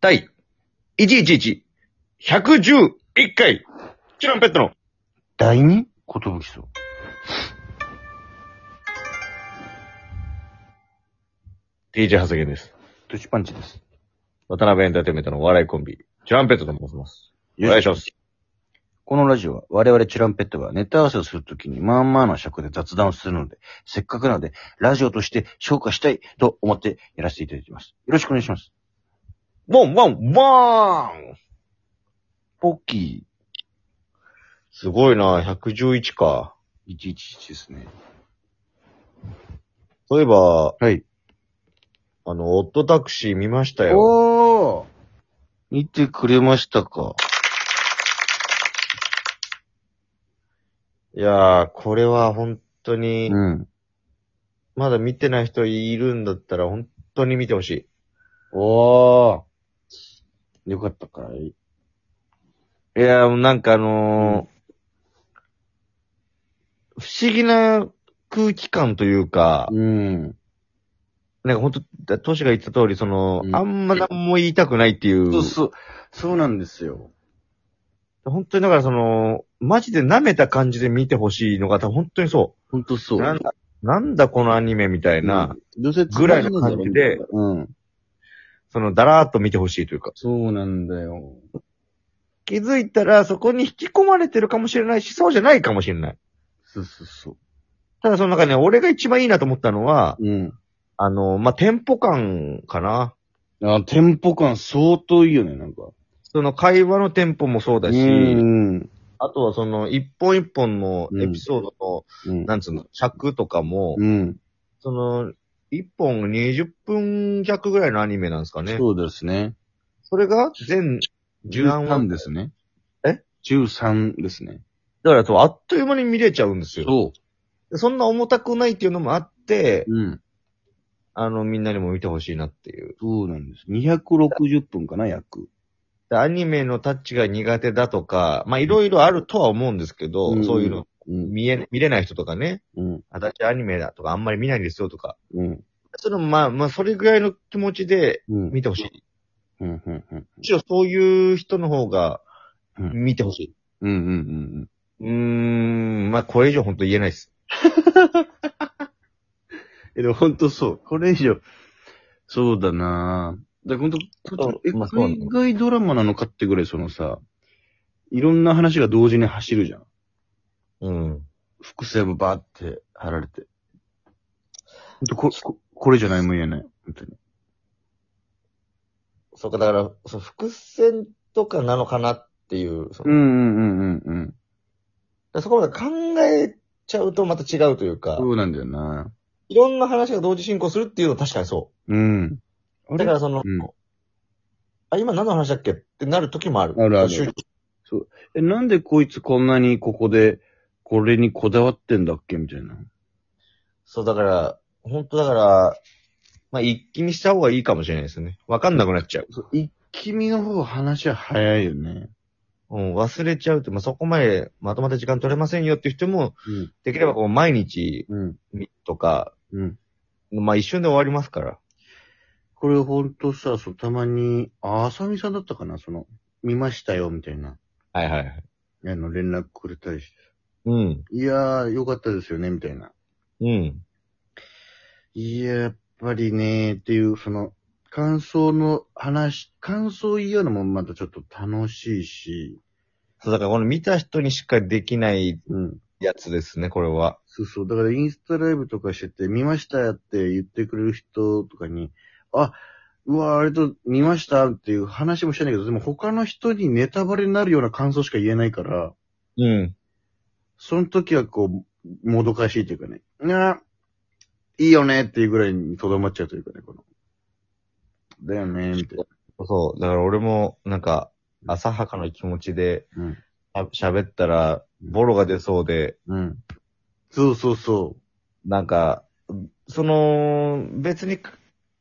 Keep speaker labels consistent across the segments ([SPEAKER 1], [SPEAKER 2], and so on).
[SPEAKER 1] 第111、111回、チュランペットの
[SPEAKER 2] 第二ことぶきそう。
[SPEAKER 1] DJ 発言です。
[SPEAKER 2] トシパンチです。
[SPEAKER 1] 渡辺エンターテインメントのお笑いコンビ、チュランペットと申します。お願いします。
[SPEAKER 2] このラジオは我々チュランペットがネタ合わせをするときにまあまあな尺で雑談をするので、せっかくなのでラジオとして消化したいと思ってやらせていただいています。よろしくお願いします。
[SPEAKER 1] ワンワンワーン
[SPEAKER 2] ポッキ
[SPEAKER 1] すごいな、111か。
[SPEAKER 2] ー111ですね。
[SPEAKER 1] そういえば、
[SPEAKER 2] はい。
[SPEAKER 1] あの、オットタクシー見ましたよ。
[SPEAKER 2] おー見てくれましたか
[SPEAKER 1] いやー、これは本当に、
[SPEAKER 2] うん。
[SPEAKER 1] まだ見てない人いるんだったら本当に見てほしい。
[SPEAKER 2] おーよかったかい
[SPEAKER 1] いやー、なんかあのー不思議な空気感というか、
[SPEAKER 2] うん。
[SPEAKER 1] なんか本当トシが言った通り、その、
[SPEAKER 2] うん
[SPEAKER 1] あんま何も言いたくないっていう、
[SPEAKER 2] そうそう、そうなんですよ。
[SPEAKER 1] 本当にだからその、マジで舐めた感じで見てほしいのが、多分本当にそ。
[SPEAKER 2] ほんとそうう。
[SPEAKER 1] なんだ、なんだこのアニメみたいな、
[SPEAKER 2] うん、どうせつまんないんだろうね
[SPEAKER 1] ぐらいの感じで。
[SPEAKER 2] うん。
[SPEAKER 1] その、だらーっと見てほしいというか。
[SPEAKER 2] そうなんだよ。
[SPEAKER 1] 気づいたら、そこに引き込まれてるかもしれないし、そうじゃないかもしれない。
[SPEAKER 2] そうそうそ
[SPEAKER 1] ただその中で、俺が一番いいなと思ったのは、
[SPEAKER 2] う。うん。
[SPEAKER 1] あの、まあ、テンポ感かな。
[SPEAKER 2] あ、テンポ感相当いいよね、なんか。
[SPEAKER 1] その会話のテンポもそうだし、
[SPEAKER 2] うん。
[SPEAKER 1] あとはその一本一本のエピソードの、
[SPEAKER 2] うん。
[SPEAKER 1] なんつうの、尺とかも、
[SPEAKER 2] うん。
[SPEAKER 1] その、一本20分弱ぐらいのアニメなんですかね。そ
[SPEAKER 2] そうですね。
[SPEAKER 1] れが全10話。
[SPEAKER 2] 13ですね。
[SPEAKER 1] え
[SPEAKER 2] ?13 ですね。
[SPEAKER 1] だからそう、あっという間に見れちゃうんですよ。
[SPEAKER 2] そ
[SPEAKER 1] でそんな重たくないっていうのもあって、
[SPEAKER 2] う。うん。
[SPEAKER 1] あの、みんなにも見てほしいなっていう。
[SPEAKER 2] そうなんです。260分かな、約。
[SPEAKER 1] でアニメのタッチが苦手だとか、まあ、いろいろあるとは思うんですけど、
[SPEAKER 2] うん
[SPEAKER 1] そういうの、
[SPEAKER 2] うん。
[SPEAKER 1] 見え、見れない人とかね、
[SPEAKER 2] うん。
[SPEAKER 1] 私アニメだとかあんまり見ないんですよとか、
[SPEAKER 2] うん。
[SPEAKER 1] その、まあ、まあ、それぐらいの気持ちで
[SPEAKER 2] うん。
[SPEAKER 1] 見てほしい。
[SPEAKER 2] うん。うん。うん。
[SPEAKER 1] むしろそういう人の方が
[SPEAKER 2] うん
[SPEAKER 1] 見てほしい。
[SPEAKER 2] うん。うん。うん。
[SPEAKER 1] うーん、まあ、これ以上本当言えないです。
[SPEAKER 2] え、でもほんとそう。これ以上。そうだなぁ。だからほんと、
[SPEAKER 1] そう
[SPEAKER 2] え
[SPEAKER 1] まあそうなの
[SPEAKER 2] 海外ドラマなのかってぐらいそのさ、いろんな話が同時に走るじゃん。
[SPEAKER 1] うん。
[SPEAKER 2] 複製もバーって貼られて。ほんとこ、ここれじゃないも言えない。本当に。
[SPEAKER 1] そうか、だから、そう伏線とかなのかなっていう、そ,、
[SPEAKER 2] んうんうんうんうん。
[SPEAKER 1] そこまで考えちゃうとまた違うというか、
[SPEAKER 2] そうなんだよない
[SPEAKER 1] ろんな話が同時進行するっていうのは確かにそ
[SPEAKER 2] うん。あ
[SPEAKER 1] う。だ
[SPEAKER 2] れ
[SPEAKER 1] からその、
[SPEAKER 2] うん
[SPEAKER 1] あ、今何の話だっけってなる時もある。
[SPEAKER 2] あるある
[SPEAKER 1] 集中
[SPEAKER 2] え、なんでこいつこんなにここで、これにこだわってんだっけみたいな。
[SPEAKER 1] そう、だから、本当だから、まあ、一気にした方がいいかもしれないですね。わかんなくなっちゃう。
[SPEAKER 2] そう、一気見の方話は早いよね。
[SPEAKER 1] うん、忘れちゃうって、まあ、そこまでまとまって時間取れませんよっていう人も、できればこう、毎日
[SPEAKER 2] うん。うん。
[SPEAKER 1] とか、
[SPEAKER 2] うん。
[SPEAKER 1] まあ、一瞬で終わりますから。
[SPEAKER 2] これほんとさ、そう、たまに、あ、あさみさんだったかなその、見ましたよ、みたいな、
[SPEAKER 1] はいはいはい。
[SPEAKER 2] あの、連絡くれたりして。
[SPEAKER 1] うん。
[SPEAKER 2] いやー、よかったですよね、みたいな。
[SPEAKER 1] うん。
[SPEAKER 2] いや、やっぱりねーっていう、その、感想の話、感想言い合うのもまたちょっと楽しいし、
[SPEAKER 1] そう、だからこの見た人にしかできない
[SPEAKER 2] うん。
[SPEAKER 1] やつですね、これは。
[SPEAKER 2] そうそう。だからインスタライブとかしてて、見ましたって言ってくれる人とかに、あ、うわー、あれと見ましたっていう話もしたいんだけど、でも他の人にネタバレになるような感想しか言えないから、
[SPEAKER 1] うん。
[SPEAKER 2] その時はこう、もどかしいというかね、なあ、いいよねっていうぐらいにとどまっちゃうというかね、この。だよね、みたいな。
[SPEAKER 1] そう、だから俺も、なんか、浅はかな気持ちで、
[SPEAKER 2] うん
[SPEAKER 1] あ喋ったら、ボロが出そうで、
[SPEAKER 2] うん。そうそうそ
[SPEAKER 1] なんか、その、別に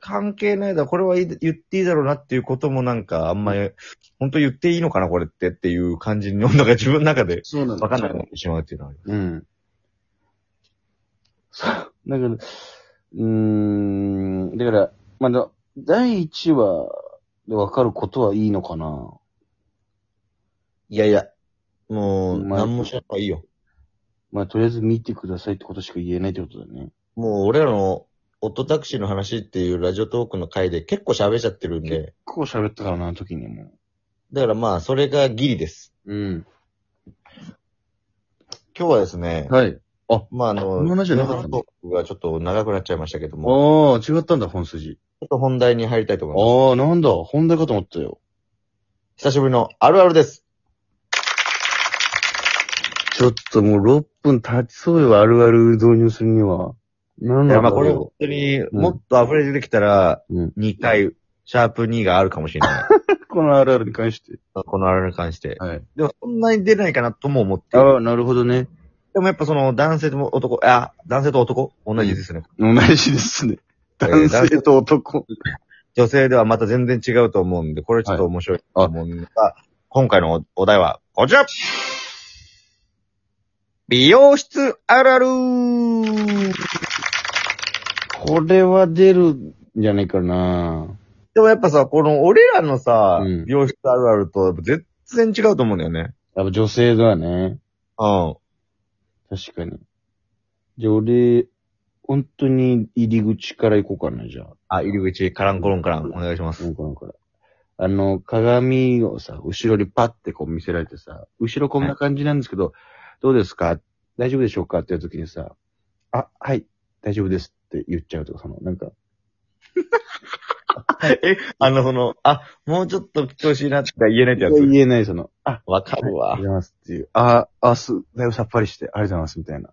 [SPEAKER 1] 関係ないだろ、これはいい言っていいだろうなっていうこともなんか、あんまり、本当言っていいのかな、これってっていう感じの、なんか自分の中で
[SPEAKER 2] う。、そうなん
[SPEAKER 1] わかんなくなってしまうっていうのはあります。
[SPEAKER 2] うん。そう。 だから、うーん、だから、まだ、第1話で、わかることはいいのかない
[SPEAKER 1] やいや、もう、
[SPEAKER 2] うまい
[SPEAKER 1] 何もしない方がいいよ。
[SPEAKER 2] まあ、とりあえず見てくださいってことしか言えないってことだね。
[SPEAKER 1] もう、俺らの、オットタクシーの話っていうラジオトークの回で結構喋っちゃってるんで、
[SPEAKER 2] こう喋ったからな、あの時にも。
[SPEAKER 1] だからまあ、それがギリです。
[SPEAKER 2] うん。
[SPEAKER 1] 今日はですね、
[SPEAKER 2] はい。
[SPEAKER 1] まあ、あの、
[SPEAKER 2] こんな話じゃなかったね
[SPEAKER 1] ラジオトークがちょっと長くなっちゃいましたけど
[SPEAKER 2] あ
[SPEAKER 1] も、
[SPEAKER 2] あ、違ったんだ、本筋。
[SPEAKER 1] ちょっと本題に入りたいと思います。
[SPEAKER 2] ああ、なんだ、本題かと思ったよ。
[SPEAKER 1] 久しぶりのあるあるです。
[SPEAKER 2] ちょっともう6分経ちそうよ、あるある導入するには。なん
[SPEAKER 1] い
[SPEAKER 2] だ
[SPEAKER 1] や、
[SPEAKER 2] ろ
[SPEAKER 1] ま
[SPEAKER 2] う
[SPEAKER 1] あこれ本当に、もっと溢れ出てきたら、
[SPEAKER 2] うん
[SPEAKER 1] 2回、シャープ2があるかもしれ ない。
[SPEAKER 2] このあるあるに関して。
[SPEAKER 1] このあるあるに関して。
[SPEAKER 2] はい。
[SPEAKER 1] でもそんなに出ないかなとも思っている。
[SPEAKER 2] ああ、なるほどね。
[SPEAKER 1] でもやっぱその男性と男、あ、男性と男同じですね。
[SPEAKER 2] 同じです ね。
[SPEAKER 1] えー
[SPEAKER 2] 男性と男。
[SPEAKER 1] 女性ではまた全然違うと思うんで、これちょっと面白いと思うんですが、今回のお題はこちら美容室あるある
[SPEAKER 2] これは出るんじゃないかな
[SPEAKER 1] でもやっぱさ、この俺らのさ、
[SPEAKER 2] うん
[SPEAKER 1] 美容室あるあると全然違うと思うんだよね。
[SPEAKER 2] やっぱ女性だね。
[SPEAKER 1] うん。
[SPEAKER 2] 確かに。じゃあ俺、本当に入り口から行こうかな、じゃあ。
[SPEAKER 1] あ、入り口、カランコロンカラン、お願いしま
[SPEAKER 2] う
[SPEAKER 1] す。
[SPEAKER 2] ん、このから。あの、鏡をさ、後ろにパッてこう見せられてさ、後ろこんな感じなんですけど、どうですか大丈夫でしょうかってやるときにさ、あ、はい、大丈夫ですって言っちゃうとか、その、なんか、
[SPEAKER 1] え、あの、その、あ、もうちょっと来てほしいなって言えないってやつ。
[SPEAKER 2] 言えない、その、あ、
[SPEAKER 1] わか
[SPEAKER 2] あり
[SPEAKER 1] る
[SPEAKER 2] がとう
[SPEAKER 1] わ
[SPEAKER 2] ご。ざいますっていう、あ、あ、す、だいぶさっぱりして、ありがとうございます、みたいな。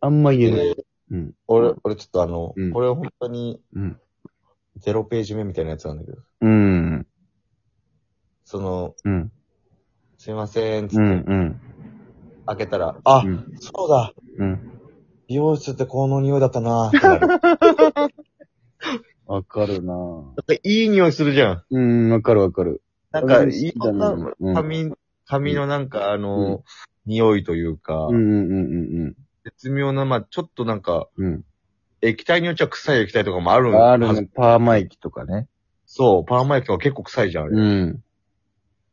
[SPEAKER 2] あんま言えない。うん。
[SPEAKER 1] 俺、俺ちょっとあの、
[SPEAKER 2] うん
[SPEAKER 1] これは本当に
[SPEAKER 2] うん。
[SPEAKER 1] ゼロページ目みたいなやつなんだけど、
[SPEAKER 2] うん。
[SPEAKER 1] その、
[SPEAKER 2] うん。
[SPEAKER 1] すいません、つ
[SPEAKER 2] う
[SPEAKER 1] っ
[SPEAKER 2] ん。
[SPEAKER 1] て
[SPEAKER 2] うん。
[SPEAKER 1] 開けたら、あ
[SPEAKER 2] う、ん。
[SPEAKER 1] そうだ、
[SPEAKER 2] うん。
[SPEAKER 1] 美容室ってこの匂いだった なってなる
[SPEAKER 2] わかるなぁ。
[SPEAKER 1] いい匂いするじゃん。
[SPEAKER 2] うん、わかるわかる。
[SPEAKER 1] なんか、
[SPEAKER 2] 俺も
[SPEAKER 1] い
[SPEAKER 2] 好
[SPEAKER 1] い
[SPEAKER 2] きだなうん
[SPEAKER 1] 髪、髪のなんかあの、匂いというか、
[SPEAKER 2] うんうんうん
[SPEAKER 1] 絶妙な、まあちょっとなんか、
[SPEAKER 2] うんうん。
[SPEAKER 1] 液体によっちゃ臭い液体とかもある
[SPEAKER 2] うんん。ある
[SPEAKER 1] はず
[SPEAKER 2] ね。パーマ液とかね。
[SPEAKER 1] そう、パーマ液とか結構臭いじゃん、あれ。
[SPEAKER 2] うん。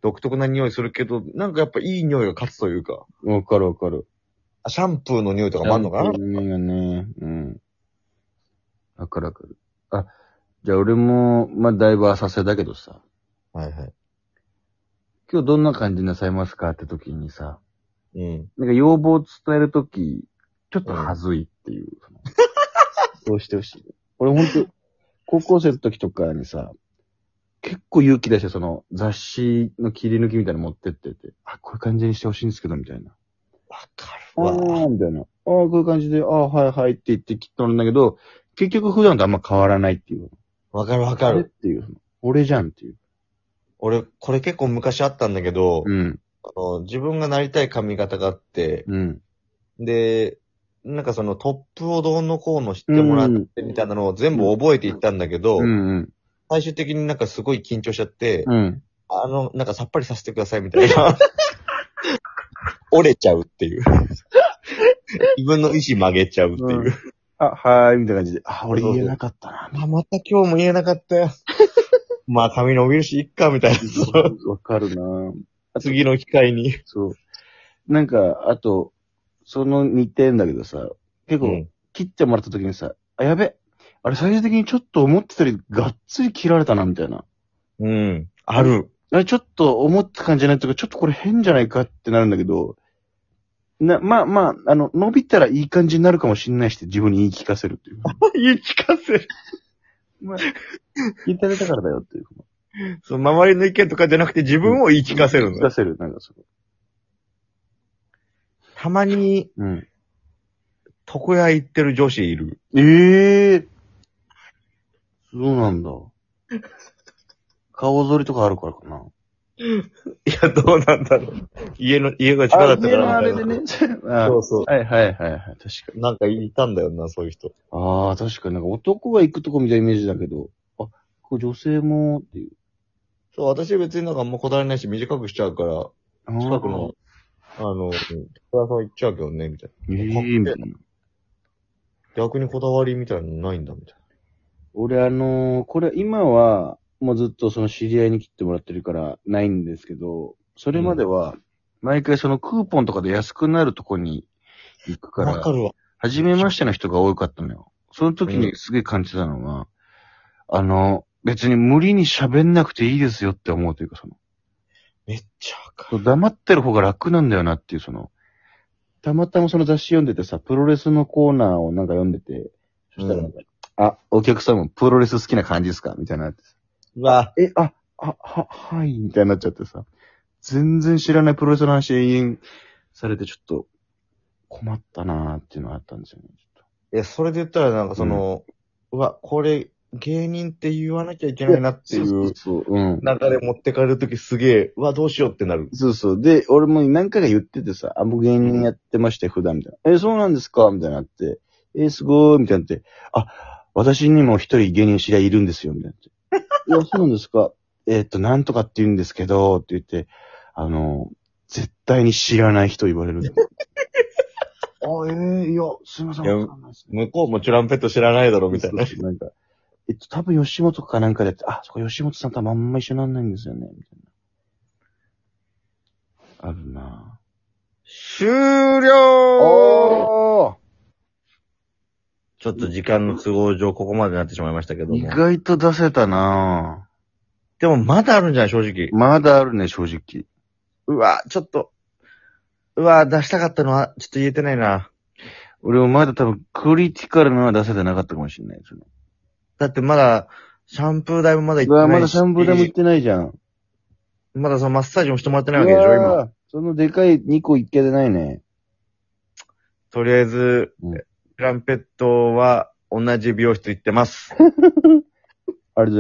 [SPEAKER 1] 独特な匂いするけど、なんかやっぱいい匂いが勝つというか、
[SPEAKER 2] わかるわかる。
[SPEAKER 1] あシャンプーの匂いとかもあるのかな
[SPEAKER 2] うんがね。うん。わかるわかる。あ、じゃあ俺も、まあ、だいぶ浅瀬だけどさ、
[SPEAKER 1] はいはい。
[SPEAKER 2] 今日どんな感じになさいますかって時にさ、
[SPEAKER 1] うん。
[SPEAKER 2] なんか要望を伝える時、ちょっとはずいっていう。 そうしてほしい。俺ほんと、高校生の時とかにさ、結構勇気出してその雑誌の切り抜きみたいなの持ってってて、あ、こういう感じにしてほしいんですけど、みたいな。
[SPEAKER 1] わかる
[SPEAKER 2] あ
[SPEAKER 1] わ。
[SPEAKER 2] あ、みたいな。ああ、こういう感じで、ああ、はいはいって言ってきっとるんだけど、結局普段とあんま変わらないっていう。
[SPEAKER 1] わかるわ
[SPEAKER 2] あ
[SPEAKER 1] か
[SPEAKER 2] れっ
[SPEAKER 1] る。
[SPEAKER 2] ていう。俺じゃんっていう。
[SPEAKER 1] 俺、これ結構昔あったんだけど、
[SPEAKER 2] うん。
[SPEAKER 1] あの自分がなりたい髪型があって、
[SPEAKER 2] うん。
[SPEAKER 1] で、なんかそのトップをどうのこうの知ってもらってみたいなのを全部覚えていったんだけど、
[SPEAKER 2] うんうん。
[SPEAKER 1] 最終的になんかすごい緊張しちゃって、
[SPEAKER 2] うん。
[SPEAKER 1] あの、なんかさっぱりさせてくださいみたいな。 折れちゃうって いう。自分の意思曲げちゃうっていう。
[SPEAKER 2] うんあ、はーい、みたいな感じで。あ、俺言えなかったな。
[SPEAKER 1] あ、また今日も言えなかった よ。まあ髪伸びるし、いっか、みたいな。そう
[SPEAKER 2] わかるな
[SPEAKER 1] 次の機会に。
[SPEAKER 2] そう。なんか、あと、その似てんだけどさ、結
[SPEAKER 1] う
[SPEAKER 2] 構
[SPEAKER 1] ん。
[SPEAKER 2] 切ってもらった時にさ、あ、やべ、あれ最終的にちょっと思ってたよりがっつり切られたな、みたいな。
[SPEAKER 1] うん。ある。
[SPEAKER 2] あれ、ちょっと思った感じじゃないというか、ちょっとこれ変じゃないかってなるんだけど、な、まあまあ、あの、伸びたらいい感じになるかもしれないしって自分に言い聞かせるっていう。
[SPEAKER 1] 言い聞かせる。
[SPEAKER 2] まあ、聞いてあげたからだよっていう。
[SPEAKER 1] その周りの意見とかじゃなくて自分を言い聞かせる
[SPEAKER 2] 聞
[SPEAKER 1] の。
[SPEAKER 2] かせる、なんかそ
[SPEAKER 1] たまに、
[SPEAKER 2] の。うん。
[SPEAKER 1] 床屋行ってる女子いる。
[SPEAKER 2] ええそうなんだ。顔剃りとかあるからかな。
[SPEAKER 1] いや、どうなんだろう。家の、家が近かったからみたいな。
[SPEAKER 2] ね。
[SPEAKER 1] そ
[SPEAKER 2] あ
[SPEAKER 1] うそう。
[SPEAKER 2] はいはいはいはい、確かに。
[SPEAKER 1] なんかいたんだよな、そういう人。
[SPEAKER 2] ああ、確かになんか男が行くとこみたいなイメージだけど、あ、こう女性もっていう。
[SPEAKER 1] そう、私別になんかあんまこだわりないし短くしちゃうから、
[SPEAKER 2] あー
[SPEAKER 1] 近くの、あの、床屋さん行っちゃうけどね、みたい
[SPEAKER 2] ええみたいな。
[SPEAKER 1] な。逆にこだわりみたいなのないんだ、みたい
[SPEAKER 2] 俺あのーこれ今は、もうずっとその知り合いに切ってもらってるからないんですけど、それまでは、毎回そのクーポンとかで安くなるとこに行くか、
[SPEAKER 1] わからるわ。
[SPEAKER 2] 初めましての人が多かったのよ。その時
[SPEAKER 1] う
[SPEAKER 2] にすげえ感じたのは、あの、別に無理に喋んなくていいですよって思うというか、その、
[SPEAKER 1] めっちゃわかる。
[SPEAKER 2] 黙ってる方が楽なんだよなっていう、その、たまたまその雑誌読んでてさ、プロレスのコーナーをなんか読んでて、そしたらなんか、あ、お客様、プロレス好きな感じですかみたいになってさ
[SPEAKER 1] うわ、
[SPEAKER 2] え、あ、あ、は、はい、みたいになっちゃってさ、全然知らないプロレスの話延々されて、ちょっと、困ったなーっていうのがあったんですよね。ちょっ
[SPEAKER 1] いや、それで言ったらなんかその、うわ、これ、芸人って言わなきゃいけないなって
[SPEAKER 2] と
[SPEAKER 1] いう
[SPEAKER 2] そうそう、うん。
[SPEAKER 1] 中で持ってかれるときすげえ、うわ、どうしようってなる。
[SPEAKER 2] そうそう。で、俺も何回か言っててさ、あ、僕芸人やってまして、普段みたいな。え、そうなんですかみたいになって。え、すごーいみたいになって。あ、私にも一人芸人知り合いいるんですよ、みたい になって。いや、そうなんですかえっと、なんとかって言うんですけど、って言って、あの、絶対に知らない人言われる。 あ、えー、いや、すいません。
[SPEAKER 1] いや
[SPEAKER 2] わかんないですね
[SPEAKER 1] 向こうもチュランペット知らないだろ、みたいな。
[SPEAKER 2] そうそうなんか、えっと、多分吉本かなんかでやって、あ、そこ吉本さんとはまんま一緒になんないんですよね、みたいな。あるな
[SPEAKER 1] 終了
[SPEAKER 2] ぁ。お
[SPEAKER 1] ちょっと時間の都合上、ここまでになってしまいましたけど
[SPEAKER 2] 意
[SPEAKER 1] も。
[SPEAKER 2] 外と出せたな
[SPEAKER 1] でも、まだあるんじゃない正直
[SPEAKER 2] ぁ。。まだあるね、正直。
[SPEAKER 1] うわ、ちょっと。うわ、出したかったのは、ちょっと言えてないな。
[SPEAKER 2] 俺もまだ多分クリティカルなのは出せてなかったかもしれないですね。
[SPEAKER 1] だってまだ、シャンプー代もまだ行
[SPEAKER 2] う
[SPEAKER 1] っ
[SPEAKER 2] わ
[SPEAKER 1] て
[SPEAKER 2] ま
[SPEAKER 1] な
[SPEAKER 2] だ
[SPEAKER 1] いし。
[SPEAKER 2] シャンプーでも行ってないじゃん。
[SPEAKER 1] まだそのマッサージもしてもらってないわけでしょ、
[SPEAKER 2] う
[SPEAKER 1] 今。
[SPEAKER 2] わぁそのでかい2個いけてないね。
[SPEAKER 1] とりあえず、
[SPEAKER 2] うん
[SPEAKER 1] トランペットは同じ美容室行ってます。
[SPEAKER 2] ありがとうございます。